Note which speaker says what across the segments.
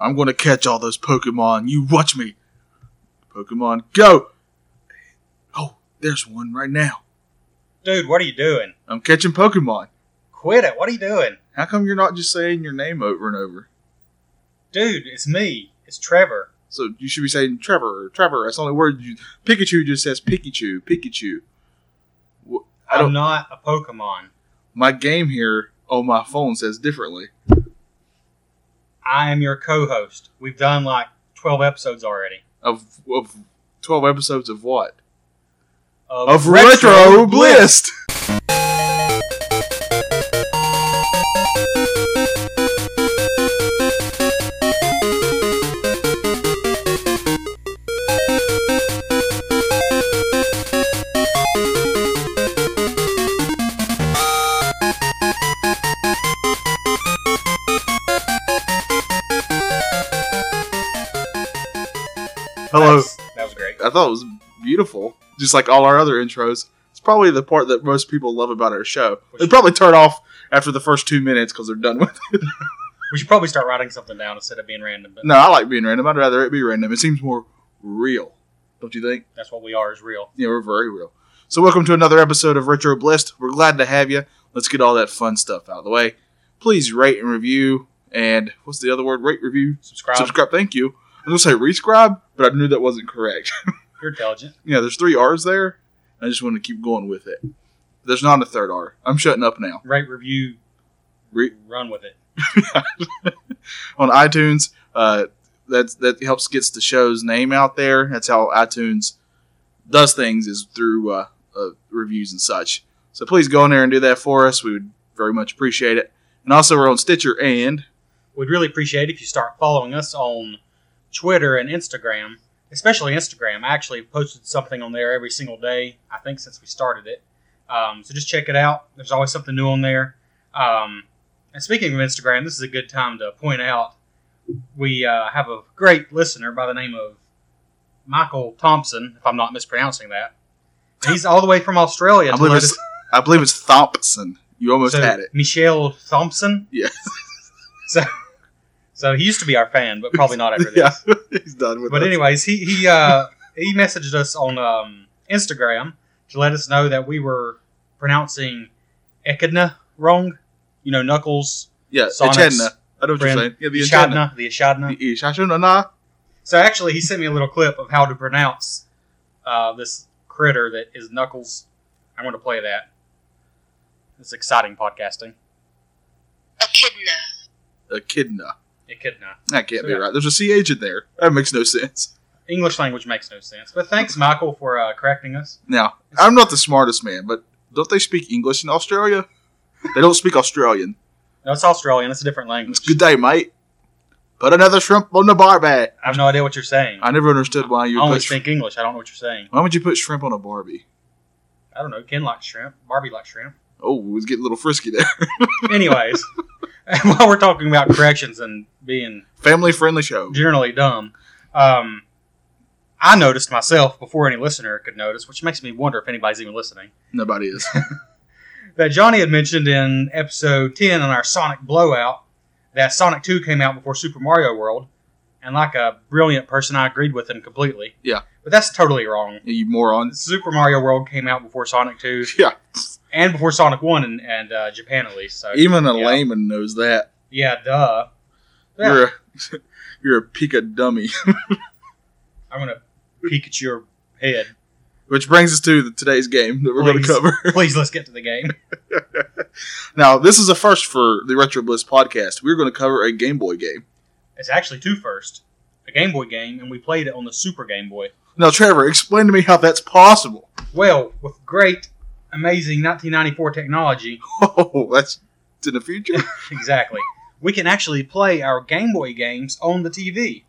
Speaker 1: I'm going to catch all those Pokemon. You watch me. Pokemon, go! Oh, there's one right now.
Speaker 2: Dude, what are you doing?
Speaker 1: I'm catching Pokemon.
Speaker 2: Quit it. What are you doing?
Speaker 1: How come you're not just saying your name over and over?
Speaker 2: Dude, it's me. It's Trevor.
Speaker 1: So you should be saying Trevor, or Trevor. That's the only word you. Pikachu just says Pikachu, Pikachu. Wh- I
Speaker 2: I'm
Speaker 1: don't.
Speaker 2: not a Pokemon.
Speaker 1: My game here on my phone says differently.
Speaker 2: I am your co host. We've done like 12 episodes already.
Speaker 1: Of of twelve episodes of what?
Speaker 2: Of,
Speaker 1: Of Retro Bliss.
Speaker 2: That
Speaker 1: Hello.
Speaker 2: was, that was great.
Speaker 1: I thought it was beautiful. Just like all our other intros, it's probably the part that most people love about our show. They probably turn off after the first two minutes because they're done with. It.
Speaker 2: We should probably start writing something down instead of being random, but
Speaker 1: No, I like being random. I'd rather it be random. It seems more real, don't you think?
Speaker 2: that's what we are is real.
Speaker 1: Yeah, we're very real. So, welcome to another episode of Retro Blessed. We're glad to have you. Let's get all that fun stuff out of the way. Please rate and review. And what's the other word? Rate, review,
Speaker 2: Subscribe.
Speaker 1: subscribe. Thank you. I was going to say rescribe, but I knew that wasn't correct.
Speaker 2: You're intelligent.
Speaker 1: yeah, there's three R's there. I just want to keep going with it. There's not a third R. I'm shutting up now.
Speaker 2: Rate, review,
Speaker 1: Re-
Speaker 2: run with it.
Speaker 1: on iTunes. Uh, that that helps gets the show's name out there. That's how iTunes does things is through uh, uh, reviews and such. So please go in there and do that for us. We would very much appreciate it. And also we're on Stitcher and
Speaker 2: We'd really appreciate it if you start following us on Twitter and Instagram, especially Instagram. I actually posted something on there every single day, I think, since we started it. Um, so just check it out. There's always something new on there. Um, and speaking of Instagram, this is a good time to point out we uh, have a great listener by the name of Michael Thompson, if I'm not mispronouncing that. He's all the way from Australia.
Speaker 1: I
Speaker 2: to
Speaker 1: believe
Speaker 2: let
Speaker 1: it's I believe it's Thompson. You almost
Speaker 2: so
Speaker 1: had it.
Speaker 2: Michelle Thompson.
Speaker 1: Yes.
Speaker 2: So, so he used to be our fan, but probably not after this.
Speaker 1: Yeah, he's done with
Speaker 2: But
Speaker 1: us.
Speaker 2: anyways, he he uh, he messaged us on um, Instagram to let us know that we were pronouncing Echidna wrong. You know, Knuckles,
Speaker 1: yeah,
Speaker 2: Sonics,
Speaker 1: Echidna. I know what you're
Speaker 2: friend,
Speaker 1: saying. Yeah, the
Speaker 2: the
Speaker 1: Echidna.
Speaker 2: Echidna, the Echidna.
Speaker 1: The Echidna. nah.
Speaker 2: So actually, he sent me a little clip of how to pronounce uh, this critter that is Knuckles. I'm going to play that. It's exciting podcasting.
Speaker 3: Echidna.
Speaker 1: Echidna.
Speaker 2: Echidna.
Speaker 1: That can't
Speaker 2: So,
Speaker 1: be
Speaker 2: yeah.
Speaker 1: right. There's a CH in there. That makes no sense.
Speaker 2: English language makes no sense. But thanks, Michael, for uh, correcting us.
Speaker 1: Now, I'm not the smartest man, but don't they speak English in Australia? They don't speak Australian.
Speaker 2: No, it's Australian. It's a different language.
Speaker 1: It's good day, mate. Put another shrimp on the barbie.
Speaker 2: I have no idea what you're saying.
Speaker 1: I never understood why you
Speaker 2: I
Speaker 1: would
Speaker 2: only
Speaker 1: put shrimp.
Speaker 2: speak English. I don't know what you're saying.
Speaker 1: Why would you put shrimp on a barbie?
Speaker 2: I don't know. Ken likes shrimp. Barbie likes shrimp.
Speaker 1: Oh, we was getting a little frisky there.
Speaker 2: Anyways, while we're talking about corrections and being
Speaker 1: Family friendly show.
Speaker 2: generally dumb, um, I noticed myself before any listener could notice, which makes me wonder if anybody's even listening,
Speaker 1: Nobody is.
Speaker 2: that Johnny had mentioned in episode 10 on our Sonic Blowout that Sonic 2 came out before Super Mario World. And like a brilliant person, I agreed with him completely.
Speaker 1: Yeah.
Speaker 2: But that's totally wrong.
Speaker 1: you morons.
Speaker 2: Super Mario World came out before Sonic 2
Speaker 1: Yeah.
Speaker 2: and before Sonic 1 in, and uh, Japan at least. So
Speaker 1: Even a
Speaker 2: Yeah.
Speaker 1: layman knows that.
Speaker 2: Yeah, duh. Yeah.
Speaker 1: You're a you're a pika dummy.
Speaker 2: I'm gonna peek at your head.
Speaker 1: Which brings us to the, today's game that we're going
Speaker 2: Please.
Speaker 1: to cover.
Speaker 2: Please, let's get to the game.
Speaker 1: Now, this is a first for the Retro Bliss podcast. We're going to cover a Game Boy game.
Speaker 2: It's actually two first, a Game Boy game, and we played it on the Super Game Boy.
Speaker 1: Now, Trevor, explain to me how that's possible.
Speaker 2: Well, with great, amazing 1994 technology,
Speaker 1: Oh, that's in the future.
Speaker 2: exactly, we can actually play our Game Boy games on the TV.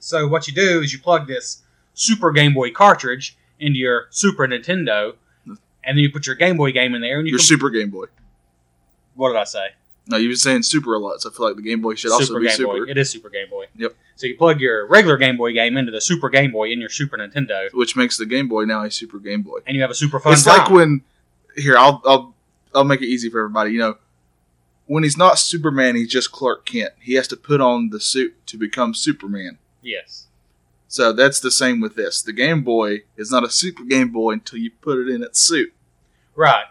Speaker 2: So what you do is you plug this Super Game Boy cartridge into your Super Nintendo, and then you put your Game Boy game in there, and you
Speaker 1: Your
Speaker 2: can.
Speaker 1: Super Game Boy.
Speaker 2: what did I say?
Speaker 1: No, you've been saying super a lot, so I feel like the Game Boy should also
Speaker 2: Super
Speaker 1: be
Speaker 2: Game
Speaker 1: super,
Speaker 2: Boy. It is Super Game Boy.
Speaker 1: Yep.
Speaker 2: So you plug your regular Game Boy game into the Super Game Boy in your Super Nintendo,
Speaker 1: which makes the Game Boy now a Super Game Boy.
Speaker 2: and you have a super fun
Speaker 1: it's
Speaker 2: time.
Speaker 1: like when here I'll I'll I'll make it easy for everybody. You know, when he's not Superman, he's just Clark Kent. He has to put on the suit to become Superman.
Speaker 2: Yes.
Speaker 1: So that's the same with this. The Game Boy is not a Super Game Boy until you put it in its suit.
Speaker 2: Right.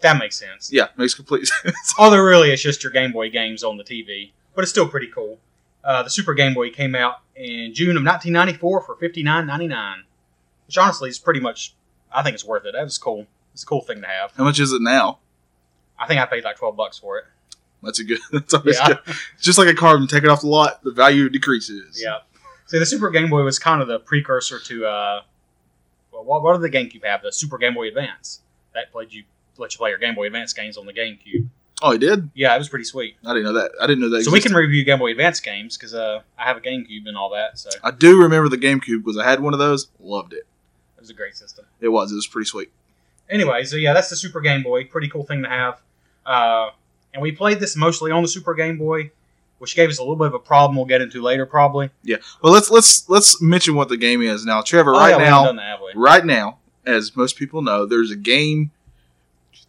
Speaker 2: That makes sense.
Speaker 1: Yeah, makes complete sense.
Speaker 2: Although really, it's just your Game Boy games on the TV, but it's still pretty cool. Uh, the Super Game Boy came out in June of 1994 for 59.99, which honestly is pretty much. I think it's worth it. That was cool. It's a cool thing to have.
Speaker 1: How much is it now?
Speaker 2: I think I paid like 12 bucks for it.
Speaker 1: That's a good. That's always
Speaker 2: Yeah.
Speaker 1: good. Just like a car, when you take it off the lot, the value decreases.
Speaker 2: Yeah. See, the Super Game Boy was kind of the precursor to uh, well, what, what did the GameCube have? The Super Game Boy Advance that played you let you play your Game Boy Advance games on the GameCube.
Speaker 1: Oh, it did.
Speaker 2: Yeah, it was pretty sweet.
Speaker 1: I didn't know that. I didn't know that.
Speaker 2: So we
Speaker 1: existed.
Speaker 2: can review Game Boy Advance games because uh, I have a GameCube and all that. So
Speaker 1: I do remember the GameCube because I had one of those. Loved it.
Speaker 2: it was a great system.
Speaker 1: It was. It was pretty sweet.
Speaker 2: anyway, so yeah, that's the Super Game Boy. Pretty cool thing to have. Uh, and we played this mostly on the Super Game Boy, which gave us a little bit of a problem we'll get into later, probably.
Speaker 1: Well, let's let's let's mention what the game is now, Trevor.
Speaker 2: Oh,
Speaker 1: Right
Speaker 2: yeah, we haven't
Speaker 1: now,
Speaker 2: done that, have we?
Speaker 1: right now, as most people know, there's a game.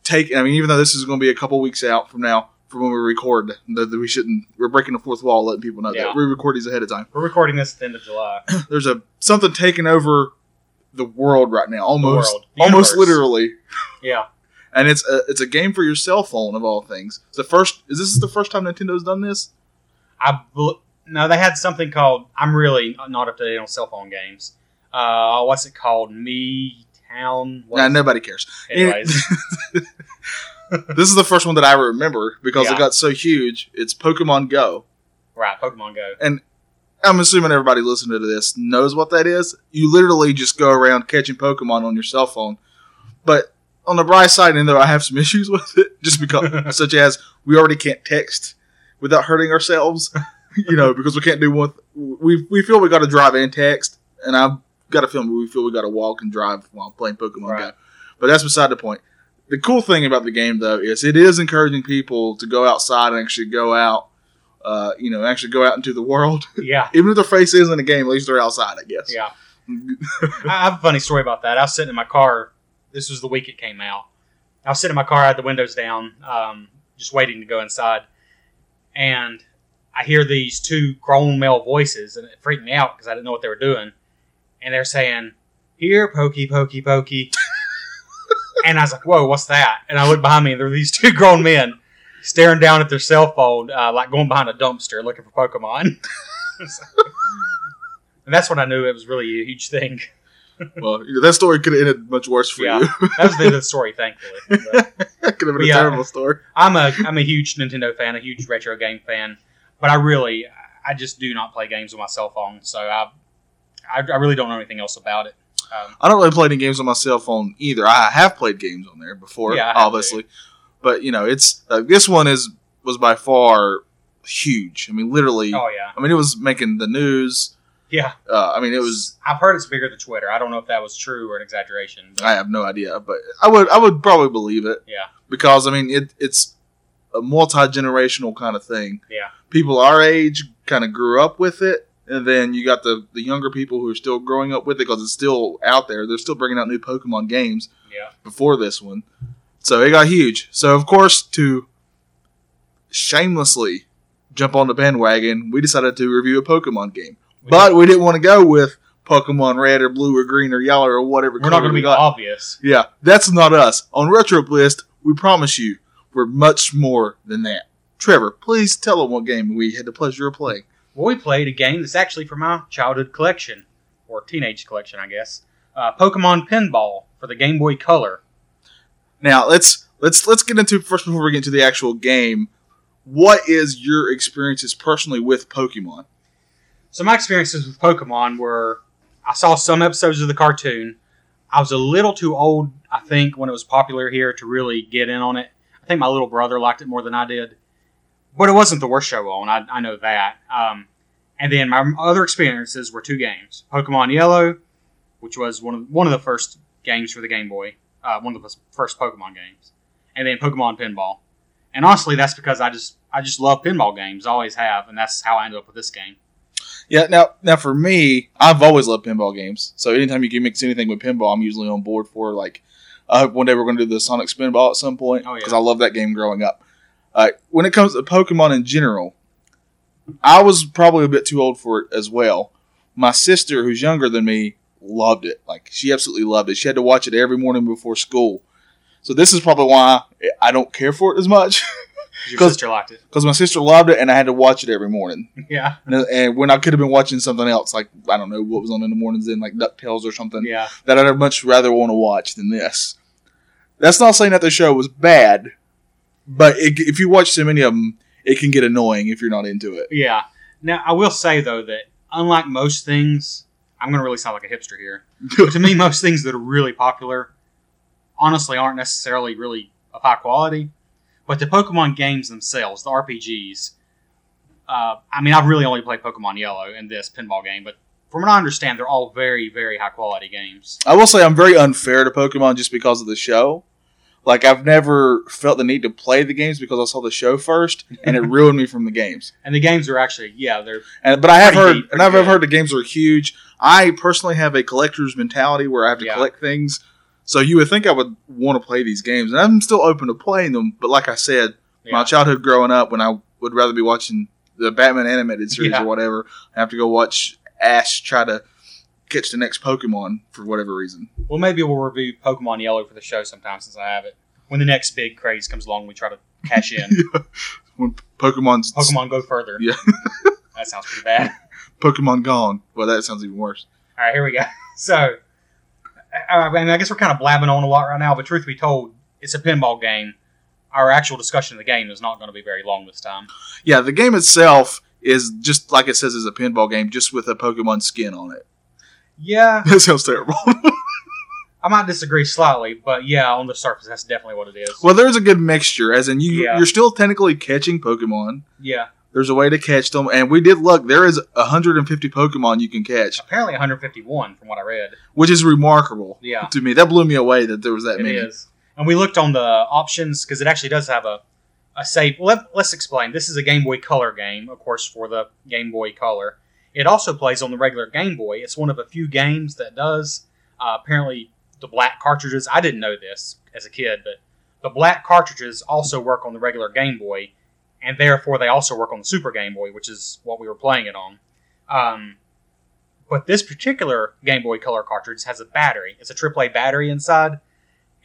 Speaker 1: Take. I mean, even though this is going to be a couple weeks out from now, from when we record, that that we shouldn't. We're breaking the fourth wall, letting people know
Speaker 2: Yeah.
Speaker 1: that we record these ahead of time.
Speaker 2: We're recording this at the end of July.
Speaker 1: There's a something taking over the world right now, almost,
Speaker 2: world. The
Speaker 1: almost
Speaker 2: universe.
Speaker 1: literally.
Speaker 2: Yeah,
Speaker 1: and it's a it's a game for your cell phone of all things. It's the first is this the first time Nintendo's done this?
Speaker 2: I bl- no, they had something called. I'm really not up to date on cell phone games. Uh, what's it called? Me Town. what
Speaker 1: Nah,
Speaker 2: is it?
Speaker 1: nobody cares.
Speaker 2: Anyways,
Speaker 1: This is the first one that I remember because
Speaker 2: Yeah.
Speaker 1: it got so huge. It's Pokemon Go.
Speaker 2: right? Pokemon Go.
Speaker 1: I'm assuming everybody listening to this knows what that is. You literally just go around catching Pokemon on your cell phone. But on the bright side, and though I have some issues with it, just because such as we already can't text without hurting ourselves, you know, because we can't do one. We we feel we got to drive and text, and I've got a feeling we feel we got to walk and drive while playing Pokemon
Speaker 2: Right.
Speaker 1: Go. But that's beside the point. The cool thing about the game, though, is it is encouraging people to go outside and actually go out, uh, you know, actually go out into the world.
Speaker 2: Yeah,
Speaker 1: Even if their face is in the game, at least they're outside, I guess.
Speaker 2: yeah. I have a funny story about that. I was sitting in my car. This was the week it came out. I was sitting in my car. I had the windows down, um, just waiting to go inside. And I hear these two grown male voices, and it freaked me out because I didn't know what they were doing. And they're saying, "Here, pokey, pokey, pokey." and I was like, "Whoa, what's that?" And I look behind me, and there are these two grown men staring down at their cell phone, uh, like going behind a dumpster looking for Pokemon. and that's when I knew it was really a huge thing.
Speaker 1: Well, you know, that story could have ended much worse for
Speaker 2: Yeah.
Speaker 1: you.
Speaker 2: That was the end of the story, thankfully. But
Speaker 1: that could have been
Speaker 2: Yeah.
Speaker 1: a terrible story.
Speaker 2: I'm a I'm a huge Nintendo fan, a huge retro game fan, but I really I just do not play games on my cell phone, so I I, I really don't know anything else about it. Um,
Speaker 1: I don't really play any games on my cell phone either. I have played games on there before,
Speaker 2: Yeah, I have
Speaker 1: obviously. But you know, it's like this one is was by far huge. I mean, literally.
Speaker 2: oh yeah,
Speaker 1: I mean, it was making the news.
Speaker 2: yeah.
Speaker 1: Uh, I mean, it was.
Speaker 2: I've heard it's bigger than Twitter. I don't know if that was true or an exaggeration. But
Speaker 1: I have no idea, but I would I would probably believe it.
Speaker 2: Yeah.
Speaker 1: Because I mean it it's a multi generational kind of thing.
Speaker 2: Yeah.
Speaker 1: People our age kind of grew up with it, and then you got the the younger people who are still growing up with it because it's still out there. They're still bringing out new Pokemon games
Speaker 2: yeah,
Speaker 1: before this one, so it got huge. So of course to shamelessly jump on the bandwagon, we decided to review a Pokemon game, but we didn't want to go with. Pokemon Red or Blue or Green or Yellow or whatever.
Speaker 2: we're
Speaker 1: color
Speaker 2: not going to
Speaker 1: we
Speaker 2: be
Speaker 1: got.
Speaker 2: obvious.
Speaker 1: Yeah, that's not us. On Retroblist, we promise you, we're much more than that. Trevor, please tell them what game we had the pleasure of playing.
Speaker 2: Well, we played a game that's actually from my childhood collection or teenage collection, I guess. Uh, Pokemon Pinball for the Game Boy Color.
Speaker 1: Now let's let's let's get into first before we get into the actual game. What is your experiences personally with Pokemon?
Speaker 2: So my experiences with Pokemon were I saw some episodes of the cartoon. I was a little too old, I think, when it was popular here to really get in on it. I think my little brother liked it more than I did. But it wasn't the worst show on, I, I know that. Um, and then my other experiences were two games Pokemon Yellow, which was one of, one of the first games for the Game Boy, uh, one of the first Pokemon games, and then Pokemon Pinball. And honestly, that's because I just I just love pinball games, I always have, and that's how I ended up with this game.
Speaker 1: Yeah, now now for me, I've always loved pinball games. So anytime you can mix anything with pinball, I'm usually on board for. Like, I hope one day we're going to do the Sonic Spinball at some point
Speaker 2: Oh, yeah.
Speaker 1: because I love that game growing up. Uh, when it comes to Pokemon in general, I was probably a bit too old for it as well. My sister, who's younger than me, loved it. Like she absolutely loved it. She had to watch it every morning before school. So this is probably why I don't care for it as much
Speaker 2: Your
Speaker 1: 'Cause-
Speaker 2: sister liked it.
Speaker 1: because my sister loved it and I had to watch it every morning.
Speaker 2: Yeah.
Speaker 1: And, and when I could have been watching something else, like I don't know what was on in the mornings then, like Ducktales or something
Speaker 2: Yeah.
Speaker 1: that I'd much rather want to watch than this. That's not saying that the show was bad, but it, if you watch so many of them, it can get annoying if you're not into it.
Speaker 2: Yeah. Now, I will say, though, that unlike most things, I'm going to really sound like a hipster here. But to me, most things that are really popular honestly aren't necessarily really of high quality. But the Pokemon games themselves, the RPGs, uh, I mean, I've really only played Pokemon Yellow and this pinball game, but from what I understand, they're all very, very high quality games.
Speaker 1: I will say I'm very unfair to Pokemon just because of the show. Like I've never felt the need to play the games because I saw the show first, and it ruined me from the games.
Speaker 2: And the games are actually, yeah, they're
Speaker 1: And but I have
Speaker 2: Pretty
Speaker 1: heard,
Speaker 2: deep,
Speaker 1: and I've
Speaker 2: pretty
Speaker 1: heard the games are huge. I personally have a collector's mentality where I have to
Speaker 2: Yeah.
Speaker 1: collect things. So you would think I would want to play these games, and I'm still open to playing them. But like I said, my
Speaker 2: yeah.
Speaker 1: childhood growing up when I would rather be watching the Batman animated series
Speaker 2: Yeah.
Speaker 1: or whatever. I have to go watch Ash try to catch the next Pokemon for whatever reason.
Speaker 2: Well, maybe we'll review Pokemon Yellow for the show sometime since I have it. When the next big craze comes along, we try to cash in.
Speaker 1: When Pokemon's
Speaker 2: Pokemon Go Further.
Speaker 1: Yeah.
Speaker 2: that sounds pretty bad.
Speaker 1: Pokemon Gone. Well, that sounds even worse.
Speaker 2: All right, here we go. So, I mean, I guess we're kind of blabbing on a lot right now, but truth be told, it's a pinball game. Our actual discussion of the game is not going to be very long this time.
Speaker 1: Yeah, the game itself is just like it says is a pinball game, just with a Pokemon skin on it.
Speaker 2: Yeah,
Speaker 1: That sounds terrible.
Speaker 2: I might disagree slightly, but yeah, on the surface, that's definitely what it is.
Speaker 1: well, there's a good mixture, as in you
Speaker 2: Yeah.
Speaker 1: you're still technically catching Pokemon.
Speaker 2: Yeah,
Speaker 1: There's a way to catch them, and we did look. There is 150 Pokemon you can catch,
Speaker 2: apparently 151 from what I read.
Speaker 1: which is remarkable
Speaker 2: Yeah,
Speaker 1: to me. That blew me away that there was that
Speaker 2: it
Speaker 1: many.
Speaker 2: is. And we looked on the options because it actually does have a, a save. Let, let's explain. This is a Game Boy Color game, of course, for the Game Boy Color. It also plays on the regular Game Boy. It's one of a few games that does. Uh, apparently, the black cartridges, I didn't know this as a kid, but the black cartridges also work on the regular Game Boy, and therefore they also work on the Super Game Boy, which is what we were playing it on. Um, but this particular Game Boy Color cartridge has a battery. It's a AAA battery inside,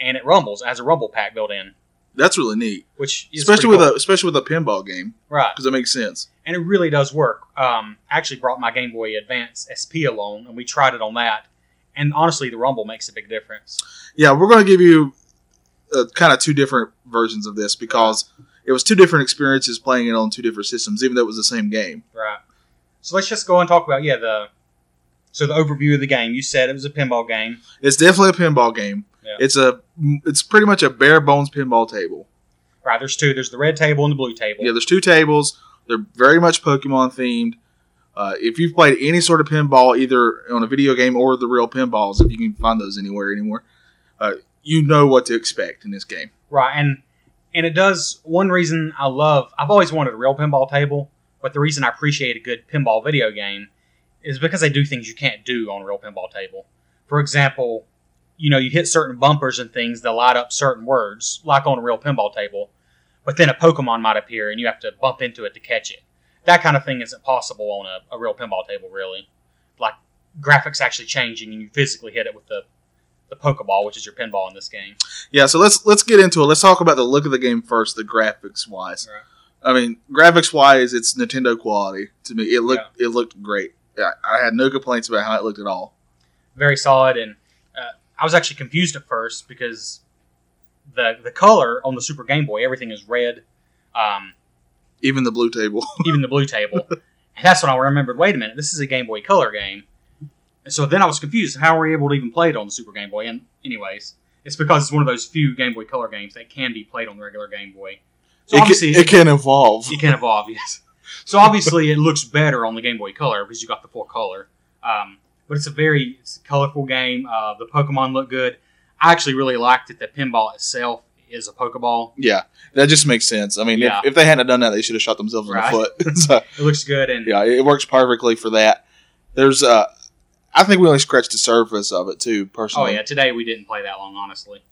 Speaker 2: and it rumbles. It has a rumble pack built in,
Speaker 1: That's really neat,
Speaker 2: which is
Speaker 1: especially
Speaker 2: pretty
Speaker 1: with
Speaker 2: cool.
Speaker 1: a especially with a pinball game
Speaker 2: right,
Speaker 1: because it makes sense.
Speaker 2: and it really does work. Um, I actually brought my Game Boy Advance SP along, and we tried it on that. And honestly, the rumble makes a big difference.
Speaker 1: Yeah, we're going to give you uh, kind of two different versions of this because it was two different experiences playing it on two different systems, even though it was the same game.
Speaker 2: Right. So let's just go and talk about yeah the so the overview of the game. You said it was a pinball game.
Speaker 1: It's definitely a pinball game.
Speaker 2: Yeah.
Speaker 1: It's a it's pretty much a bare bones pinball table.
Speaker 2: Right. There's two. There's the red table and the blue table.
Speaker 1: Yeah, there's two tables. They're very much Pokemon themed. Uh, if you've played any sort of pinball, either on a video game or the real pinballs, if you can find those anywhere anymore, uh, you know what to expect in this game.
Speaker 2: Right. And and it does one reason I love. I've always wanted a real pinball table, but the reason I appreciate a good pinball video game is because they do things you can't do on a real pinball table. For example, you know, you hit certain bumpers and things that light up certain words, like on a real pinball table, but then a Pokemon might appear and you have to bump into it to catch it. That kind of thing isn't possible on a, a real pinball table, really. Like graphics actually changing and you physically hit it with the, the Pokeball, which is your pinball in this game.
Speaker 1: Yeah, so let's let's get into it. Let's talk about the look of the game first, the graphics wise.
Speaker 2: Right.
Speaker 1: I mean, graphics wise, it's Nintendo quality to me. It looked it looked great. Yeah, I had no complaints about how it looked at all.
Speaker 2: very solid. And uh, I was actually confused at first because the the color on the Super Game Boy, everything is red, um,
Speaker 1: Even the blue table.
Speaker 2: even the blue table. And that's when I remembered. Wait a minute, this is a Game Boy Color game. And so then I was confused. How were we able to even play it on the Super Game Boy? And anyways, it's because it's one of those few Game Boy Color games that can be played on the regular Game Boy. So
Speaker 1: it,
Speaker 2: obviously,
Speaker 1: can, it can evolve.
Speaker 2: it can evolve, yes. So obviously, it looks better on the Game Boy Color because you got the full color. Um, but it's a very it's a colorful game. Uh, the Pokemon look good. I actually really liked it. The pinball itself is a Pokeball.
Speaker 1: Yeah, that just makes sense. I mean,
Speaker 2: Yeah.
Speaker 1: if, if they hadn't done that, they should have shot themselves
Speaker 2: Right.
Speaker 1: in the foot. so,
Speaker 2: It looks good, and oh
Speaker 1: yeah, it works perfectly for that. There's, uh, I think we only scratched the surface of it too,
Speaker 2: oh
Speaker 1: personally. Uh,
Speaker 2: yeah, today we didn't play that long, honestly.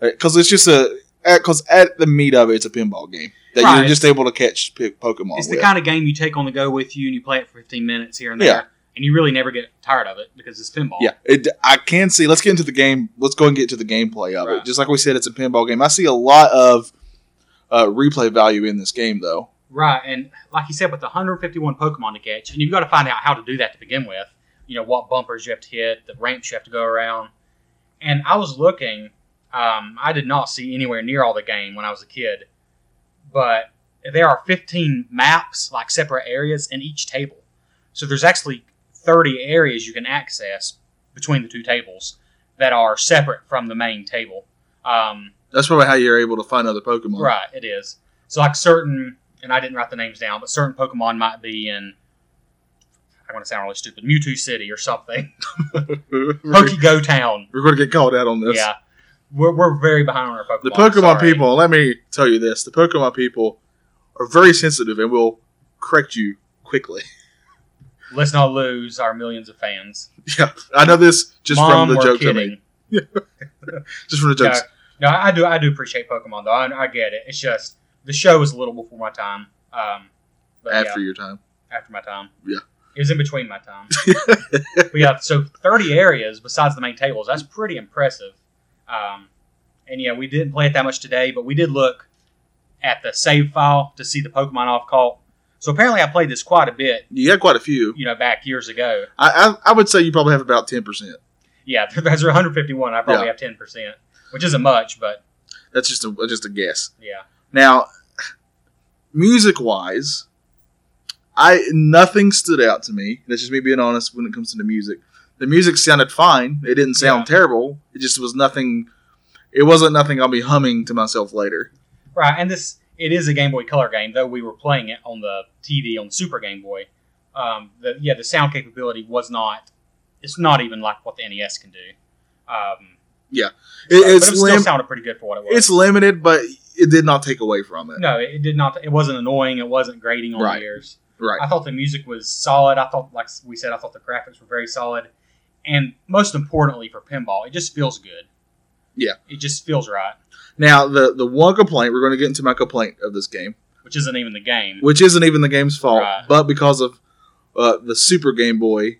Speaker 1: because it's just a because at the meat of it, it's a pinball game. that
Speaker 2: Right.
Speaker 1: you're just able to catch p- Pokemon
Speaker 2: It's the
Speaker 1: with.
Speaker 2: kind of game you take on the go with you, and you play it for 15 minutes here and there,
Speaker 1: Yeah.
Speaker 2: and you really never get tired of it because it's pinball.
Speaker 1: yeah, it, I can see. Let's get into the game. Let's go and get to the gameplay of
Speaker 2: Right.
Speaker 1: it. Just like we said, it's a pinball game. I see a lot of uh, replay value in this game, though.
Speaker 2: Right, and like you said, with the 151 Pokemon to catch, and you've got to find out how to do that to begin with. You know what bumpers you have to hit, the ramps you have to go around. And I was looking, um, I did not see anywhere near all the game when I was a kid, but there are 15 maps, like separate areas, in each table. So there's actually 30 areas you can access between the two tables that are separate from the main table. Um,
Speaker 1: That's probably how you're able to find other Pokemon.
Speaker 2: Right, it is. So like certain, and I didn't write the names down, but certain Pokemon might be in. I want to sound really stupid, Mewtwo City or something,
Speaker 1: we're,
Speaker 2: Pokego Town.
Speaker 1: we're going to get called out on this.
Speaker 2: Yeah, we're, we're very behind on our Pokemon.
Speaker 1: The Pokemon
Speaker 2: sorry.
Speaker 1: people, let me tell you this: the Pokemon people are very sensitive and will correct you quickly.
Speaker 2: Let's not lose our millions of fans.
Speaker 1: yeah, I know this just
Speaker 2: Mom,
Speaker 1: from the
Speaker 2: we're
Speaker 1: jokes I made.
Speaker 2: kidding.
Speaker 1: Just from the
Speaker 2: No,
Speaker 1: jokes.
Speaker 2: no, I do. I do appreciate Pokemon though. I, I get it. It's just the show was a little before my time. Um, but yeah.
Speaker 1: after your time.
Speaker 2: after my time.
Speaker 1: Yeah.
Speaker 2: It was in between my time. but yeah, so 30 areas besides the main tables. That's pretty impressive. Um, and yeah, we didn't play it that much today, but we did look at the save file to see the Pokemon I've caught. So apparently I played this quite a bit,
Speaker 1: You got quite a few.
Speaker 2: you know, back years ago.
Speaker 1: I, I I would say you probably have about ten percent.
Speaker 2: Yeah, there's 151. I probably have 10%, which isn't much, but
Speaker 1: That's just a just a guess.
Speaker 2: yeah.
Speaker 1: Now, music wise, I nothing stood out to me. That's just me being honest when it comes to the music. The music sounded fine. It didn't sound terrible. It just was nothing. It wasn't nothing I'll be humming to myself later.
Speaker 2: Right, and this it is a Game Boy Color game, though we were playing it on the TV on Super Game Boy. Um, the, yeah, the sound capability was not. It's not even like what the NES can do. Um,
Speaker 1: It,
Speaker 2: but
Speaker 1: it's
Speaker 2: it still
Speaker 1: lim-
Speaker 2: sounded pretty good for what it was.
Speaker 1: it's limited, but it did not take away from it.
Speaker 2: no, it it did not. It wasn't annoying. It wasn't grating on
Speaker 1: Right.
Speaker 2: the ears.
Speaker 1: Right.
Speaker 2: I thought the music was solid. I thought, like we said, I thought the graphics were very solid, and most importantly for pinball, it just feels good.
Speaker 1: Yeah.
Speaker 2: it just feels right,
Speaker 1: Now the the one complaint we're going to get into my complaint of this game,
Speaker 2: which isn't even the game.
Speaker 1: which isn't even the game's fault,
Speaker 2: Right.
Speaker 1: but because of uh, the Super Game Boy,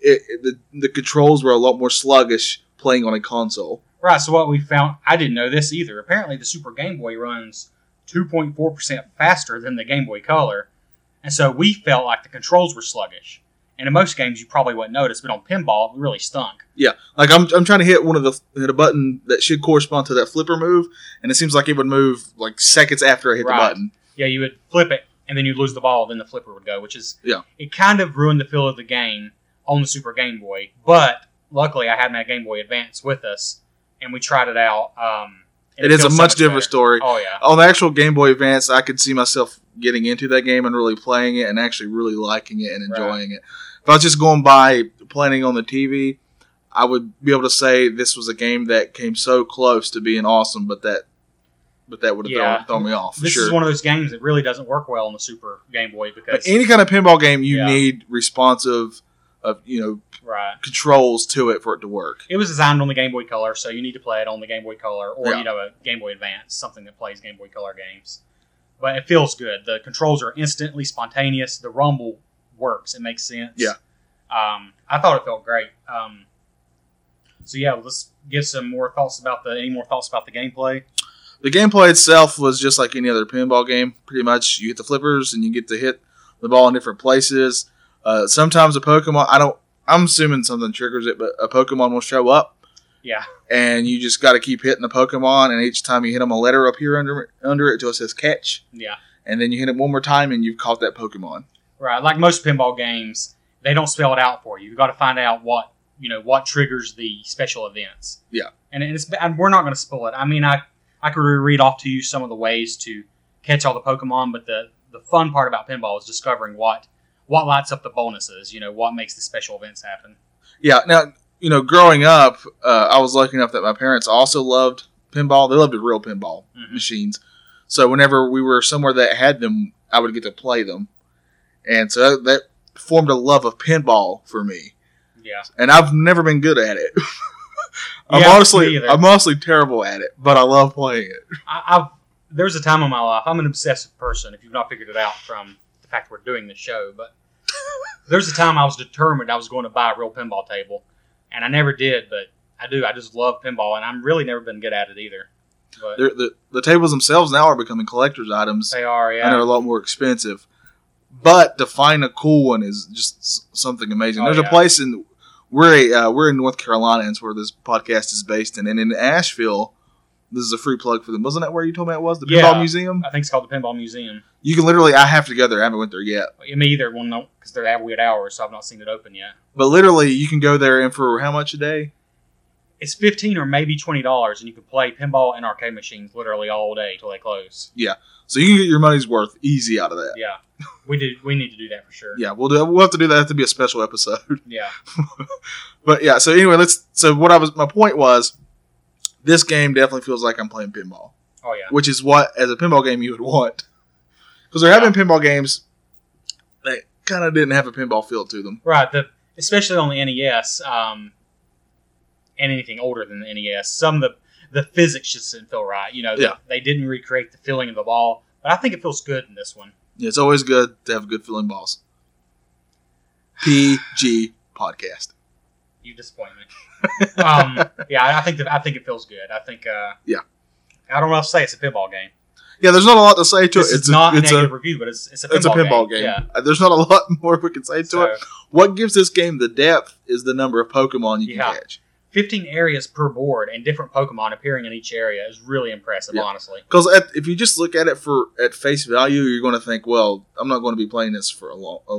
Speaker 1: it, it- the the controls were a lot more sluggish playing on a console.
Speaker 2: Right, so what we found, I didn't know this either. Apparently, the Super Game Boy runs 2.4% faster than the Game Boy Color, and so we felt like the controls were sluggish. And in most games, you probably wouldn't notice, but on pinball, it really stunk.
Speaker 1: Like I'm, I'm trying to hit one of the hit a button that should correspond to that flipper move, and it seems like it would move like seconds after I hit
Speaker 2: Right.
Speaker 1: the button.
Speaker 2: Yeah, you would flip it, and then you'd lose the ball, then the flipper would go, which is,
Speaker 1: Yeah.
Speaker 2: it kind of ruined the feel of the game on the Super Game Boy. But luckily, I had my Game Boy Advance with us, and we tried it out. Um, and
Speaker 1: it is a
Speaker 2: feels so
Speaker 1: much different
Speaker 2: better.
Speaker 1: story.
Speaker 2: Oh, yeah.
Speaker 1: On the actual Game Boy Advance, I could see myself getting into that game and really playing it and actually really liking it and enjoying it. If I was just going by planning on the TV, I would be able to say this was a game that came so close to being awesome, but that but that would have
Speaker 2: Yeah.
Speaker 1: thrown, thrown me off for
Speaker 2: This
Speaker 1: sure.
Speaker 2: is one of those games that really doesn't work well on the Super Game Boy
Speaker 1: but
Speaker 2: because
Speaker 1: any kind of pinball game, you
Speaker 2: Yeah.
Speaker 1: need responsive of you know
Speaker 2: right,
Speaker 1: controls to it for it to work.
Speaker 2: it was designed on the Game Boy Color, so you need to play it on the Game Boy Color or
Speaker 1: Yeah.
Speaker 2: you know a Game Boy Advance, something that plays Game Boy Color games. But it feels good. The controls are instantly spontaneous. The rumble works. It makes sense.
Speaker 1: Yeah.
Speaker 2: Um, I thought it felt great. Um, so yeah, let's give some more thoughts about the any more thoughts about the gameplay.
Speaker 1: The gameplay itself was just like any other pinball game. Pretty much, you hit the flippers and you get to hit the ball in different places. Uh, sometimes a Pokemon, I don't, I'm assuming something triggers it, but a Pokemon will show up,
Speaker 2: Yeah.
Speaker 1: and you just got to keep hitting the Pokemon. And each time you hit them, a letter up here under under it till it says catch,
Speaker 2: Yeah.
Speaker 1: and then you hit it one more time, and you've caught that Pokemon.
Speaker 2: Right, like most pinball games, they don't spell it out for you. You've got to find out what you know what triggers the special events.
Speaker 1: Yeah.
Speaker 2: and it's and we're not going to spoil it. I mean, I I could read off to you some of the ways to catch all the Pokemon, but the the fun part about pinball is discovering what what lights up the bonuses. You know, what makes the special events happen.
Speaker 1: Yeah. Now, you know, growing up, uh, I was lucky enough that my parents also loved pinball. They loved real pinball
Speaker 2: Mhm.
Speaker 1: machines. So whenever we were somewhere that had them, I would get to play them, and so that, that formed a love of pinball for me.
Speaker 2: Yeah,
Speaker 1: And I've never been good at it. I'm
Speaker 2: Yeah, me
Speaker 1: honestly,
Speaker 2: either.
Speaker 1: I'm honestly terrible at it, but I love playing it.
Speaker 2: I, I've there was a time in my life. I'm an obsessive person. If you've not figured it out from the fact we're doing this show, but there was a time I was determined I was going to buy a real pinball table, and I never did. But I do. I just love pinball, and I'm really never been good at it either. But
Speaker 1: They're, the the tables themselves now are becoming collector's items
Speaker 2: they are, yeah.
Speaker 1: and are a lot more expensive. But to find a cool one is just s- something amazing.
Speaker 2: Oh,
Speaker 1: There's
Speaker 2: yeah.
Speaker 1: a place in we're uh, we're in North Carolina, and it's where this podcast is based, and, and in Asheville, this is a free plug for them. Wasn't that where you told me it was the
Speaker 2: Yeah.
Speaker 1: pinball museum?
Speaker 2: I think it's called the Pinball Museum.
Speaker 1: You can literally I have to go there. I haven't went there yet,
Speaker 2: Me either, one because they're at weird hours, so I've not seen it open yet.
Speaker 1: but literally you can go there and for how much a day?
Speaker 2: It's fifteen or maybe twenty dollars, and you can play pinball and arcade machines literally all day till they close.
Speaker 1: So you can get your money's worth easy out of that.
Speaker 2: Yeah, we did. We need to do that for sure.
Speaker 1: Yeah, we'll do. We'll have to do that. Have to be a special episode.
Speaker 2: yeah.
Speaker 1: But yeah. So anyway, let's. So what I was. My point was, this game definitely feels like I'm playing pinball,
Speaker 2: Oh yeah.
Speaker 1: which is what as a pinball game you would want, because there have been pinball games that kind of didn't have a pinball feel to them.
Speaker 2: Right, the especially on the NES, um, and anything older than the NES, some of the the physics just didn't feel right. You know,
Speaker 1: Yeah.
Speaker 2: they didn't recreate the feeling of the ball, but I think it feels good in this one.
Speaker 1: It's always good to have good feeling balls. PG podcast.
Speaker 2: You disappoint me. um, yeah, I- I think that I think it feels good. I think. Uh,
Speaker 1: Yeah.
Speaker 2: I don't know. If I say it's a pinball game.
Speaker 1: Yeah, there's not a lot to say to
Speaker 2: This
Speaker 1: it.
Speaker 2: is
Speaker 1: It's a,
Speaker 2: not a
Speaker 1: it's
Speaker 2: negative
Speaker 1: a
Speaker 2: review, but it's it's a pinball,
Speaker 1: it's a pinball game.
Speaker 2: Yeah.
Speaker 1: There's not a lot more we can say to
Speaker 2: So,
Speaker 1: it. What gives this game the depth is the number of Pokemon you can
Speaker 2: Yeah.
Speaker 1: catch.
Speaker 2: 15 areas per board and different Pokemon appearing in each area is really impressive,
Speaker 1: Yeah.
Speaker 2: honestly.
Speaker 1: Because if you just look at it for at face value, you're going to think, well, I'm not going to be playing this for a long a,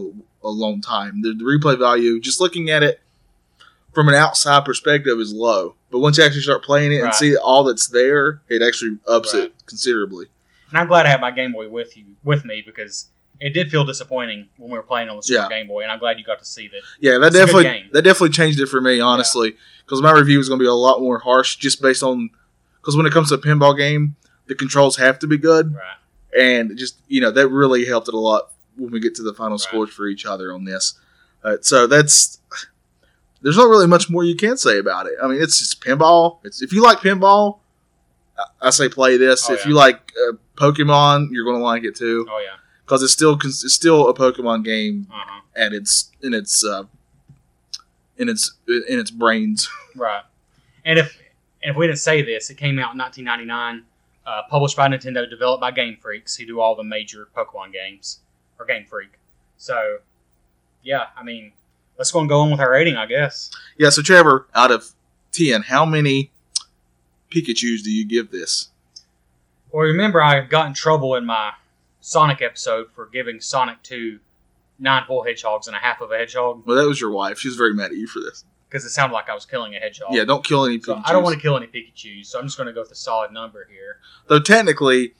Speaker 1: a long time. The, the replay value, just looking at it from an outside perspective, is low. But once you actually start playing it
Speaker 2: Right.
Speaker 1: and see all that's there, it actually ups
Speaker 2: Right.
Speaker 1: it considerably.
Speaker 2: And I'm glad I had my Game Boy with you with me because it did feel disappointing when we were playing on the Super
Speaker 1: Yeah.
Speaker 2: Game Boy, and I'm glad you got to see that.
Speaker 1: Yeah, that
Speaker 2: It's a good game.
Speaker 1: definitely that definitely changed it for me, honestly. Because my review is going to be a lot more harsh, just based on because when it comes to a pinball game, the controls have to be good,
Speaker 2: Right.
Speaker 1: and just you know that really helped it a lot when we get to the final
Speaker 2: Right.
Speaker 1: scores for each other on this. Uh, so that's there's not really much more you can say about it. I mean, it's just pinball. It's if you like pinball, I, I say play this.
Speaker 2: Oh,
Speaker 1: if
Speaker 2: yeah.
Speaker 1: you like uh, Pokemon, you're going to like it too
Speaker 2: Oh yeah.
Speaker 1: because it's still cons- it's still a Pokemon game
Speaker 2: Uh huh.
Speaker 1: and its in its uh, in its in its brains.
Speaker 2: Right. And if and if we didn't say this, it came out in 1999, uh, published by Nintendo, developed by Game Freaks, who do all the major Pokemon games or Game Freak. So, yeah, I mean, let's go and go on with our rating, I guess.
Speaker 1: Yeah. So Trevor, out of ten, how many Pikachu's do you give this?
Speaker 2: Well, remember I got in trouble in my Sonic episode for giving Sonic 2 nine full hedgehogs and a half of a hedgehog.
Speaker 1: Well, that was your wife. She was very mad at you for this.
Speaker 2: because it sounded like I was killing a hedgehog.
Speaker 1: Yeah. Don't kill any
Speaker 2: so
Speaker 1: Pikachu.
Speaker 2: I don't want to kill any Pikachu, so I'm just going to go with a solid number here.
Speaker 1: Though technically,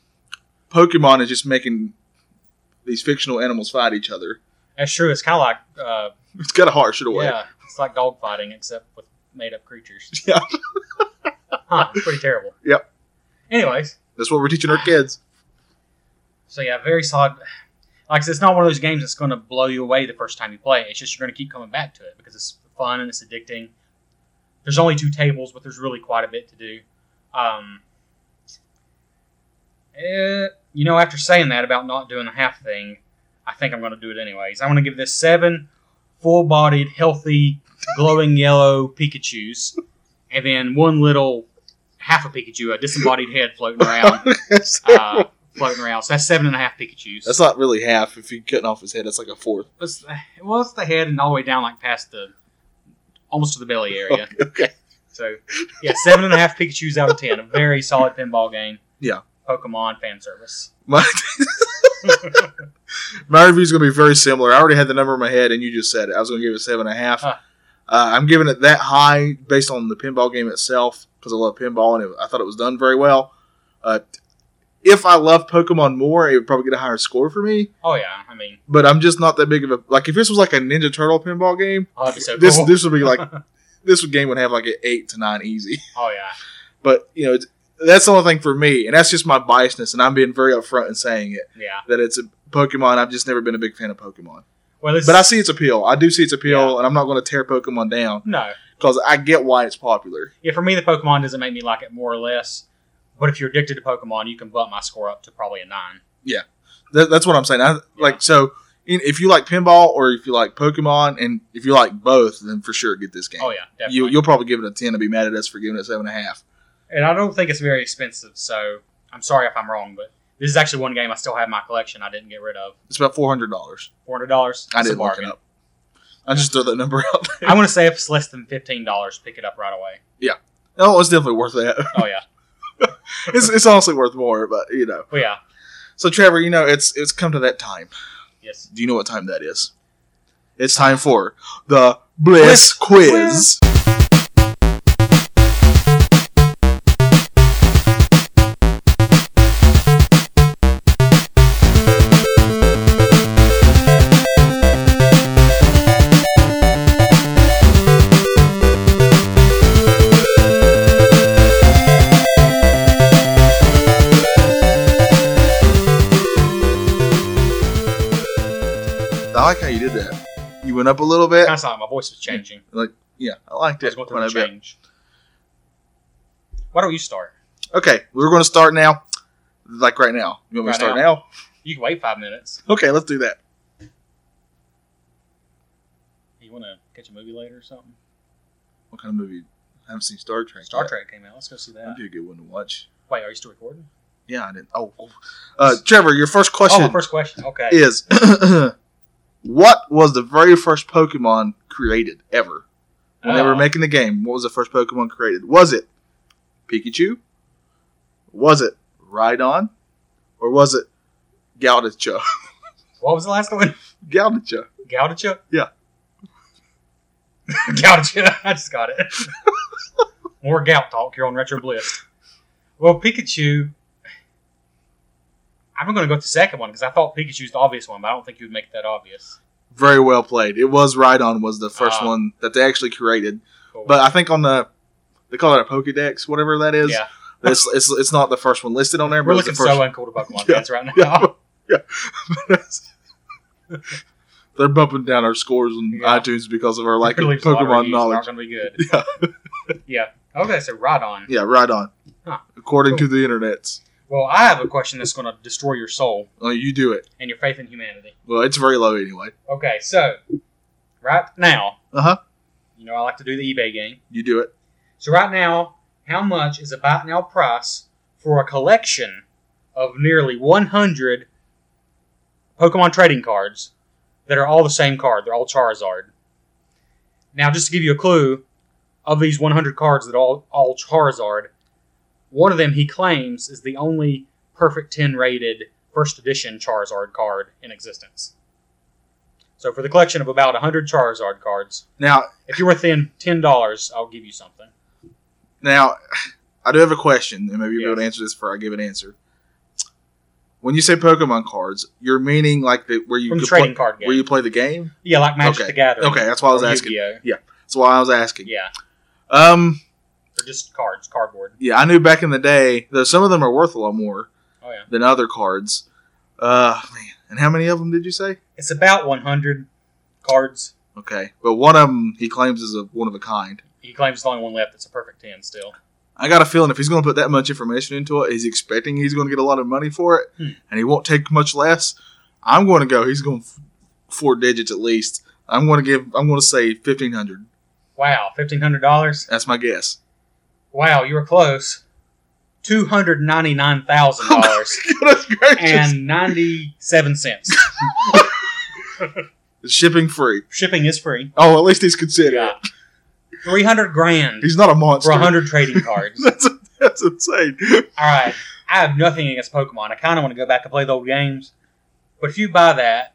Speaker 1: Pokemon is just making these fictional animals fight each other.
Speaker 2: That's true. It's kind of like, uh,
Speaker 1: It's kind of harsh in a way.
Speaker 2: yeah, it's like dog fighting except with made up creatures.
Speaker 1: Yeah.
Speaker 2: huh, it's pretty terrible.
Speaker 1: Yep.
Speaker 2: Anyways,
Speaker 1: That's what we're teaching our kids.
Speaker 2: so yeah, very solid. Like I said, it's not one of those games that's going to blow you away the first time you play it. It's just you're going to keep coming back to it because it's fun and it's addicting. There's only two tables, but there's really quite a bit to do. Um, eh, you know, after saying that about not doing the half thing, I think I'm going to do it anyways. I'm going to give this seven full bodied, healthy, glowing yellow Pikachus, and then one little half a Pikachu, a disembodied head floating around.
Speaker 1: that's
Speaker 2: Uh, floating around. So that's seven and a half Pikachus.
Speaker 1: not really half. If you cutting off his head, that's like a fourth.
Speaker 2: It's, well, it's the head and all the way down, like past the almost to the belly area.
Speaker 1: Okay.
Speaker 2: So, yeah, seven and a half Pikachu's out of ten. A very solid pinball game.
Speaker 1: Yeah.
Speaker 2: Pokemon fan service.
Speaker 1: My, my review is going to be very similar. I already had the number in my head, and you just said it. I was going to give it seven and a half.
Speaker 2: Huh.
Speaker 1: Uh, I'm giving it that high based on the pinball game itself because I love pinball and it, I thought it was done very well. Uh, if I loved Pokemon more, it would probably get a higher score for me.
Speaker 2: Oh yeah, I mean,
Speaker 1: But I'm just not that big of a like. If this was like a Ninja Turtle pinball game,
Speaker 2: oh, that'd be so
Speaker 1: this
Speaker 2: cool.
Speaker 1: this would be like this game would have like an eight to nine easy.
Speaker 2: oh yeah,
Speaker 1: But you know, it's, that's the only thing for me, and that's just my biasness, and I'm being very upfront in saying it
Speaker 2: yeah.
Speaker 1: that it's a Pokemon. I've just never been a big fan of Pokemon,
Speaker 2: Well, it's,
Speaker 1: but I see its appeal. I do see its appeal,
Speaker 2: Yeah.
Speaker 1: and I'm not going to tear Pokemon down
Speaker 2: no.
Speaker 1: because I get why it's popular.
Speaker 2: Yeah, for me, the Pokemon doesn't make me like it more or less. But if you're addicted to Pokemon, you can bump my score up to probably a nine.
Speaker 1: That, that's what I'm saying. I, Like so, in, if you like pinball or if you like Pokemon, and if you like both, then for sure get this game.
Speaker 2: Oh yeah, definitely.
Speaker 1: you, you'll probably give it a ten and be mad at us for giving it seven and a half.
Speaker 2: and I don't think it's very expensive, so I'm sorry if I'm wrong, but this is actually one game I still have in my collection I didn't get rid of.
Speaker 1: It's about four hundred dollars.
Speaker 2: Four hundred dollars.
Speaker 1: I didn't look it up. I just throw that number out. There.
Speaker 2: I'm gonna say if it's less than fifteen dollars, pick it up right away.
Speaker 1: No, it's definitely worth that.
Speaker 2: Oh yeah,
Speaker 1: It's, it's honestly worth more, but you know.
Speaker 2: well yeah,
Speaker 1: So Trevor, you know it's it's come to that time.
Speaker 2: yes.
Speaker 1: Do you know what time that is? It's time for the Bliss Quiz. I like how you did that. You went up a little bit.
Speaker 2: Kind of sound like my voice was changing.
Speaker 1: Yeah, I liked
Speaker 2: I was
Speaker 1: it
Speaker 2: going
Speaker 1: quite
Speaker 2: through a
Speaker 1: a bit.
Speaker 2: change. Why don't you start?
Speaker 1: Okay, we're going to start now. Like right now. You want me to
Speaker 2: Right
Speaker 1: start
Speaker 2: now.
Speaker 1: now?
Speaker 2: You can wait five minutes.
Speaker 1: Okay, let's do that.
Speaker 2: You want to catch a movie later or something?
Speaker 1: What kind of movie? I haven't seen Star Trek.
Speaker 2: Star
Speaker 1: yet.
Speaker 2: Trek came out. Let's go see that.
Speaker 1: That'd be a good one to watch.
Speaker 2: Wait, are you still recording?
Speaker 1: Yeah, I didn't. Oh, oh. uh, Trevor, your first question
Speaker 2: Oh, my first question. Okay.
Speaker 1: is What was the very first Pokemon created ever? When they were
Speaker 2: Oh.
Speaker 1: making the game, what was the first Pokemon created? Was it Pikachu? Was it Rhydon? Or was it Gaudicha?
Speaker 2: What was the last one?
Speaker 1: Gaudicha.
Speaker 2: Gaudicha?
Speaker 1: Yeah.
Speaker 2: Gaudicha. I just got it. More gout talk here on Retro Bliss. Well, Pikachu. I'm going to go with the second one because I thought Pikachu's the obvious one, but I don't think you'd make that obvious.
Speaker 1: Very well played. It was Rhydon was the first
Speaker 2: Ah.
Speaker 1: one that they actually created.
Speaker 2: Cool.
Speaker 1: But I think on the they call it a Pokédex, whatever that is.
Speaker 2: yeah,
Speaker 1: It's, it's, it's not the first one listed on there, but
Speaker 2: we're
Speaker 1: it's
Speaker 2: looking
Speaker 1: the first
Speaker 2: so uncool to Pokemon
Speaker 1: Yeah,
Speaker 2: fans right now.
Speaker 1: yeah. They're bumping down our scores on
Speaker 2: Yeah.
Speaker 1: iTunes because of our lack of
Speaker 2: Really, a lot of
Speaker 1: Pokemon
Speaker 2: reviews that
Speaker 1: knowledge.
Speaker 2: aren't going to be good. Yeah. yeah. Okay, so right on.
Speaker 1: Yeah, right on.
Speaker 2: Huh.
Speaker 1: According to
Speaker 2: Cool.
Speaker 1: the internets.
Speaker 2: Well, I have a question that's going to destroy your soul
Speaker 1: Oh, you do it.
Speaker 2: and your faith in humanity.
Speaker 1: Well, it's very low anyway.
Speaker 2: Okay, so right now,
Speaker 1: Uh huh.
Speaker 2: you know I like to do the eBay game.
Speaker 1: You do it.
Speaker 2: So right now, how much is a buy now price for a collection of nearly 100 Pokemon trading cards that are all the same card? They're all Charizard. Now, just to give you a clue, of these 100 cards that are all all Charizard, one of them he claims is the only perfect 10 rated first edition Charizard card in existence. So for the collection of about 100 Charizard cards,
Speaker 1: Now,
Speaker 2: if you're within $10, I'll give you something.
Speaker 1: now, I do have a question, and maybe you'll be able to
Speaker 2: Yes.
Speaker 1: answer this before I give an answer. When you say Pokemon cards, you're meaning like the where you
Speaker 2: from the
Speaker 1: could play,
Speaker 2: trading card game.
Speaker 1: where you play the game.
Speaker 2: yeah, like Magic
Speaker 1: Okay.
Speaker 2: the Gathering.
Speaker 1: Okay, that's why I was
Speaker 2: or
Speaker 1: asking.
Speaker 2: Yu-Gi-Oh.
Speaker 1: That's why I was asking.
Speaker 2: Yeah,
Speaker 1: Um,
Speaker 2: they're just cards, cardboard.
Speaker 1: yeah, I knew back in the day, though some of them are worth a lot more
Speaker 2: Oh yeah,
Speaker 1: than other cards. Uh, man, and how many of them did you say?
Speaker 2: it's about 100 cards.
Speaker 1: Okay, but one of them he claims is a one of a kind.
Speaker 2: He claims the only one left. It's a perfect 10 still.
Speaker 1: I got a feeling if he's going to put that much information into it, he's expecting he's going to get a lot of money for it,
Speaker 2: Hmm.
Speaker 1: and he won't take much less. I'm going to go. He's going f- four digits at least. I'm going to give. I'm going to say fifteen hundred.
Speaker 2: Wow, $1,500.
Speaker 1: That's my guess.
Speaker 2: Wow, you were close. Two hundred ninety nine thousand dollars
Speaker 1: Oh Goodness gracious!
Speaker 2: and ninety seven cents.
Speaker 1: It's shipping free.
Speaker 2: Shipping is free.
Speaker 1: Oh, at least he's considerate.
Speaker 2: three hundred grand
Speaker 1: He's not a monster.
Speaker 2: for hundred trading cards.
Speaker 1: That's, that's insane.
Speaker 2: All right, I have nothing against Pokemon. I kind of want to go back and play the old games, but if you buy that,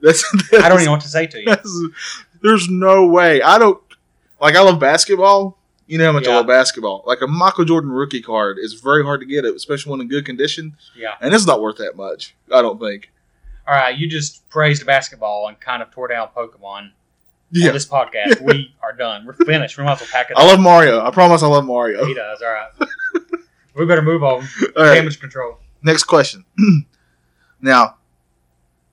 Speaker 1: That's,
Speaker 2: I don't even know what to say to you.
Speaker 1: That's- there's no way. I don't like. I love basketball. You know how much I
Speaker 2: Yeah.
Speaker 1: love basketball. Like a Michael Jordan rookie card is very hard to get, especially one in good condition,
Speaker 2: Yeah.
Speaker 1: and it's not worth that much. I don't think.
Speaker 2: All right, you just praised basketball and kind of tore down Pokemon. On
Speaker 1: Yeah,
Speaker 2: this podcast, we are done. We're finished. We might as well pack it
Speaker 1: I
Speaker 2: up.
Speaker 1: love Mario. I promise, I love Mario.
Speaker 2: He does. All right. we better move on.
Speaker 1: All right,
Speaker 2: Damage control.
Speaker 1: next question. now,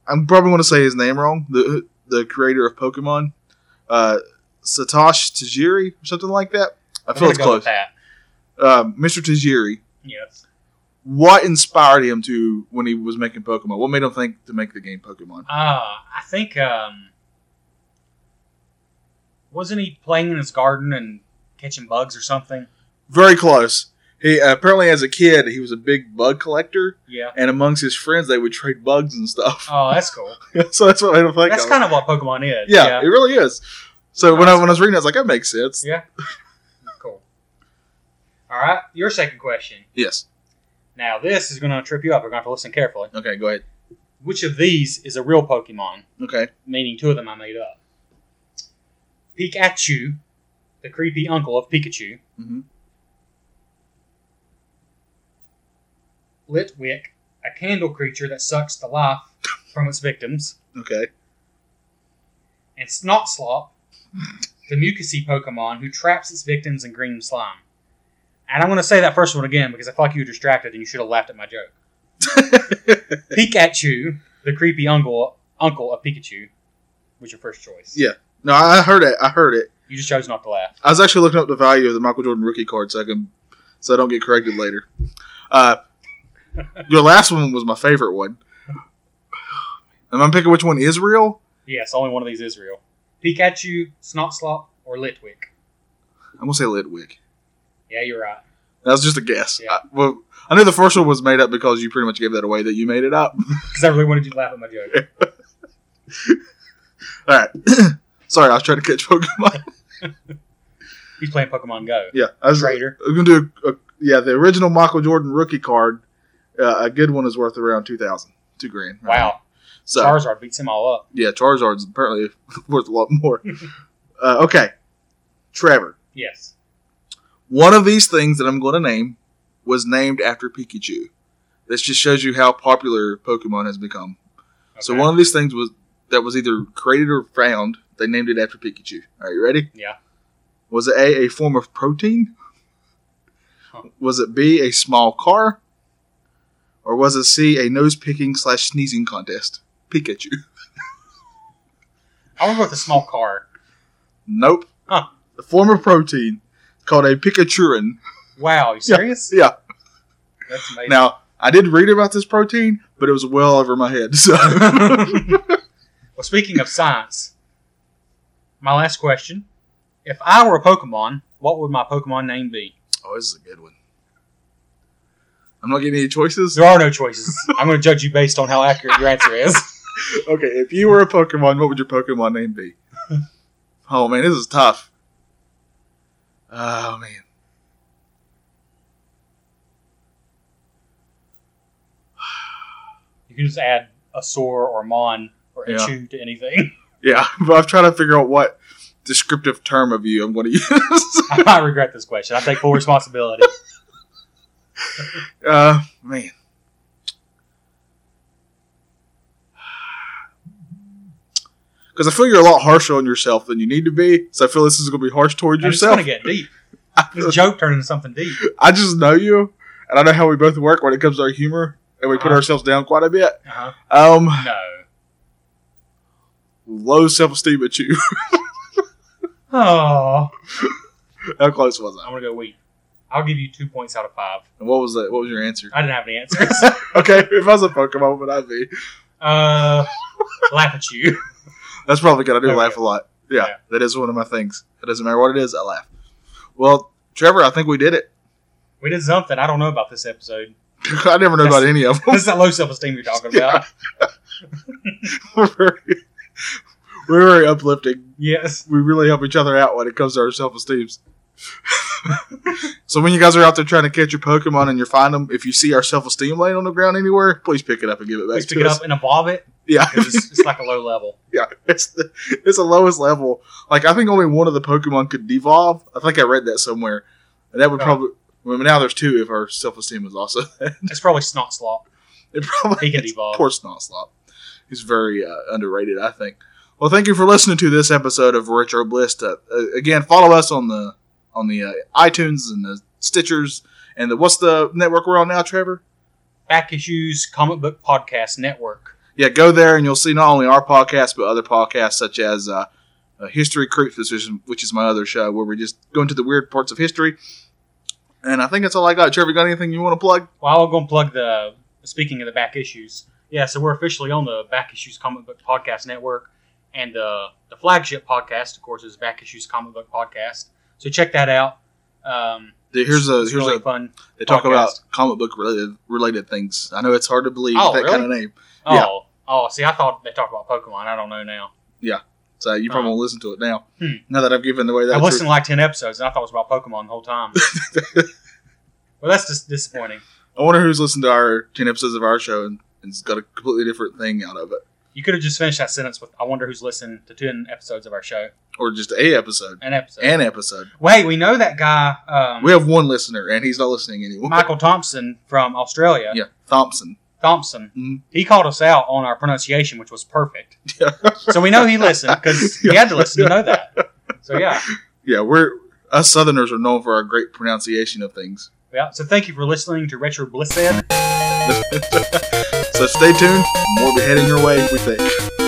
Speaker 1: I'm probably going to say his name wrong. The the creator of Pokemon, uh, Satoshi Tajiri, or something like that. I
Speaker 2: I'm
Speaker 1: feel
Speaker 2: gonna
Speaker 1: it's
Speaker 2: go
Speaker 1: close.
Speaker 2: with That.
Speaker 1: uh, Mr. Tajiri,
Speaker 2: Yes.
Speaker 1: what inspired him to when he was making Pokemon? What made him think to make the game Pokemon?
Speaker 2: Uh, I think um, wasn't he playing in his garden and catching bugs or something?
Speaker 1: Very close. He uh, apparently, as a kid, he was a big bug collector,
Speaker 2: Yeah.
Speaker 1: and amongst his friends, they would trade bugs and stuff.
Speaker 2: Oh, that's cool.
Speaker 1: so that's what I don't think.
Speaker 2: That's
Speaker 1: of.
Speaker 2: kind of what Pokemon is.
Speaker 1: yeah, it really is. So when I
Speaker 2: Awesome.
Speaker 1: when I was reading, I was like, that makes sense.
Speaker 2: Yeah. cool. All right. Your second question.
Speaker 1: Yes.
Speaker 2: Now this is going to trip you up. We're going to have to listen carefully.
Speaker 1: Okay, go ahead.
Speaker 2: Which of these is a real Pokemon?
Speaker 1: Okay.
Speaker 2: Meaning two of them I made up. Pikachu, the creepy uncle of Pikachu.
Speaker 1: Mhm.
Speaker 2: Litwick, a candle creature that sucks the life from its victims.
Speaker 1: Okay.
Speaker 2: and Snotslop, the mucousy Pokemon who traps its victims in green slime. And I'm going to say that first one again because I feel like you were distracted and you should have laughed at my joke. Pikachu, the creepy uncle uncle of Pikachu, was your first choice.
Speaker 1: Yeah. No, I I heard it. I heard it.
Speaker 2: You just chose not to laugh.
Speaker 1: I was actually looking up the value of the Michael Jordan rookie card, so I can, so I don't get corrected later. Uh, your last one was my favorite one. Am I picking which one is real?
Speaker 2: Yes, only one of these is real. Pikachu, Snotslop, or Litwick.
Speaker 1: I'm gonna say Lidwick.
Speaker 2: Yeah, you're right.
Speaker 1: That was just a guess.
Speaker 2: Yeah.
Speaker 1: I, well, I knew the first one was made up because you pretty much gave that away that you made it up.
Speaker 2: Because I really wanted you to laugh at my joke.
Speaker 1: All right. Sorry, I was trying to catch Pokemon.
Speaker 2: He's playing Pokemon Go.
Speaker 1: yeah, I was
Speaker 2: Traitor.
Speaker 1: I'm gonna do a, a- yeah the original Michael Jordan rookie card. Uh, a good one is worth around two thousand, two grand.
Speaker 2: Wow.
Speaker 1: So
Speaker 2: Charizard beats him all up.
Speaker 1: yeah, Charizard's apparently worth a lot more. uh, okay, Trevor.
Speaker 2: Yes.
Speaker 1: One of these things that I'm going to name was named after Pikachu. This just shows you how popular Pokemon has become. So
Speaker 2: Okay.
Speaker 1: one of these things was that was either created or found. They named it after Pikachu. Are you ready?
Speaker 2: Yeah.
Speaker 1: Was it A, a form of protein?
Speaker 2: Huh.
Speaker 1: Was it B, a small car? Or was it C, a nose picking slash sneezing contest? Pikachu.
Speaker 2: I want to go with a small car.
Speaker 1: Nope.
Speaker 2: Huh.
Speaker 1: A form of protein called a Pikachurin.
Speaker 2: Wow, you
Speaker 1: Yeah.
Speaker 2: serious?
Speaker 1: Yeah.
Speaker 2: That's amazing.
Speaker 1: Now, I did read about this protein, but it was well over my head. So, Oh,
Speaker 2: well, speaking of science, my last question: If I were a Pokemon, what would my Pokemon name be?
Speaker 1: oh, this is a good one. I'm not getting any choices.
Speaker 2: There are no choices. I'm going to judge you based on how accurate your answer is.
Speaker 1: Okay, if you were a Pokemon, what would your Pokemon name be? oh man, this is tough. Oh man.
Speaker 2: You can just add a Sor or Mon or a
Speaker 1: Yeah.
Speaker 2: Chew to anything.
Speaker 1: Yeah, but I'm trying to figure out what descriptive term of you I'm going to use.
Speaker 2: I might regret this question. I take full responsibility.
Speaker 1: Uh, man. Because I feel you're a lot harsher on yourself than you need to be, so I feel this is going to be harsh towards
Speaker 2: I'm just
Speaker 1: yourself.
Speaker 2: going to get deep. This
Speaker 1: I,
Speaker 2: joke turned into something deep.
Speaker 1: I just know you, and I know how we both work when it comes to our humor, and we put
Speaker 2: Uh-huh.
Speaker 1: ourselves down quite a bit.
Speaker 2: Uh-huh.
Speaker 1: Um,
Speaker 2: No.
Speaker 1: low self esteem at you.
Speaker 2: Oh,
Speaker 1: how close was
Speaker 2: I'm
Speaker 1: I?
Speaker 2: going to go weak. I'll give you two points out of five.
Speaker 1: And what was that? What was your answer?
Speaker 2: I didn't have any answers.
Speaker 1: Okay, if I was a Pokemon, what would I be?
Speaker 2: Uh, laugh at you.
Speaker 1: That's probably good. I do
Speaker 2: There we
Speaker 1: laugh a lot. Yeah,
Speaker 2: Yeah.
Speaker 1: that is one of my things. It doesn't matter what it is, I laugh. Well, Trevor, I think we did it.
Speaker 2: We did something. I don't know about this episode.
Speaker 1: I never know about
Speaker 2: That's-
Speaker 1: any of them.
Speaker 2: That's that low self esteem you're talking about.
Speaker 1: we're, very, we're very uplifting.
Speaker 2: Yes.
Speaker 1: We really help each other out when it comes to our self esteems. so when you guys are out there trying to catch your Pokemon and you find them, if you see our self esteem laying on the ground anywhere, please pick it up and give it back
Speaker 2: Let's
Speaker 1: to
Speaker 2: pick it
Speaker 1: us.
Speaker 2: up and evolve it
Speaker 1: Yeah,
Speaker 2: 'cause it's, it's like a low level.
Speaker 1: yeah, it's the, it's the lowest level. Like I think only one of the Pokemon could devolve. I think I read that somewhere, and that would
Speaker 2: Oh.
Speaker 1: probably. Well, now there's two if our self esteem is also.
Speaker 2: It's probably snot slop.
Speaker 1: It probably
Speaker 2: He can
Speaker 1: is.
Speaker 2: devolve.
Speaker 1: Poor Snoslop. He's very uh, underrated, I think. Well, thank you for listening to this episode of Retro Bliss. Uh, uh, again, follow us on the on the uh, iTunes and the Stitchers and the what's the network we're on now, Trevor?
Speaker 2: Back issues, comic book podcast network.
Speaker 1: Yeah, go there and you'll see not only our podcast but other podcasts such as uh, uh, History Creeps, which is, which is my other show where we just go into the weird parts of history. And I think that's all I got. Trevor, got anything you want to plug?
Speaker 2: Well, I'm going to plug the. Speaking of the back issues, yeah, so we're officially on the Back Issues Comic Book Podcast Network, and uh, the flagship podcast, of course, is Back Issues Comic Book Podcast. So check that out. Um,
Speaker 1: Here's a
Speaker 2: it's
Speaker 1: here's
Speaker 2: really
Speaker 1: a
Speaker 2: fun.
Speaker 1: they talk
Speaker 2: podcast.
Speaker 1: about comic book related related things. I know it's hard to believe
Speaker 2: Oh,
Speaker 1: that kind of name.
Speaker 2: Oh,
Speaker 1: yeah.
Speaker 2: oh, see, I thought they talked about Pokemon. I don't know now.
Speaker 1: So you probably
Speaker 2: Uh-huh.
Speaker 1: won't listen to it now.
Speaker 2: Hmm.
Speaker 1: Now that I've given away that
Speaker 2: I've
Speaker 1: truth.
Speaker 2: listened to like ten episodes, and I thought it was about Pokemon the whole time. well, that's just disappointing.
Speaker 1: I wonder who's listened to our ten episodes of our show and, and got a completely different thing out of it,
Speaker 2: You could have just finished that sentence with "I wonder who's listened to ten episodes of our show."
Speaker 1: or just a episode,
Speaker 2: An episode.
Speaker 1: an episode.
Speaker 2: Wait, we know that guy, um,
Speaker 1: We have one listener, and he's not listening anymore.
Speaker 2: Michael Thompson from Australia.
Speaker 1: yeah, Thompson.
Speaker 2: Thompson.
Speaker 1: Mhm.
Speaker 2: He called us out on our pronunciation, which was perfect. So we know he listened because he had to listen to know that. So yeah,
Speaker 1: Yeah, we're us Southerners are known for our great pronunciation of things.
Speaker 2: yeah. So thank you for listening to Retro Bliss Ed.
Speaker 1: so stay tuned. More beheading your way, we think.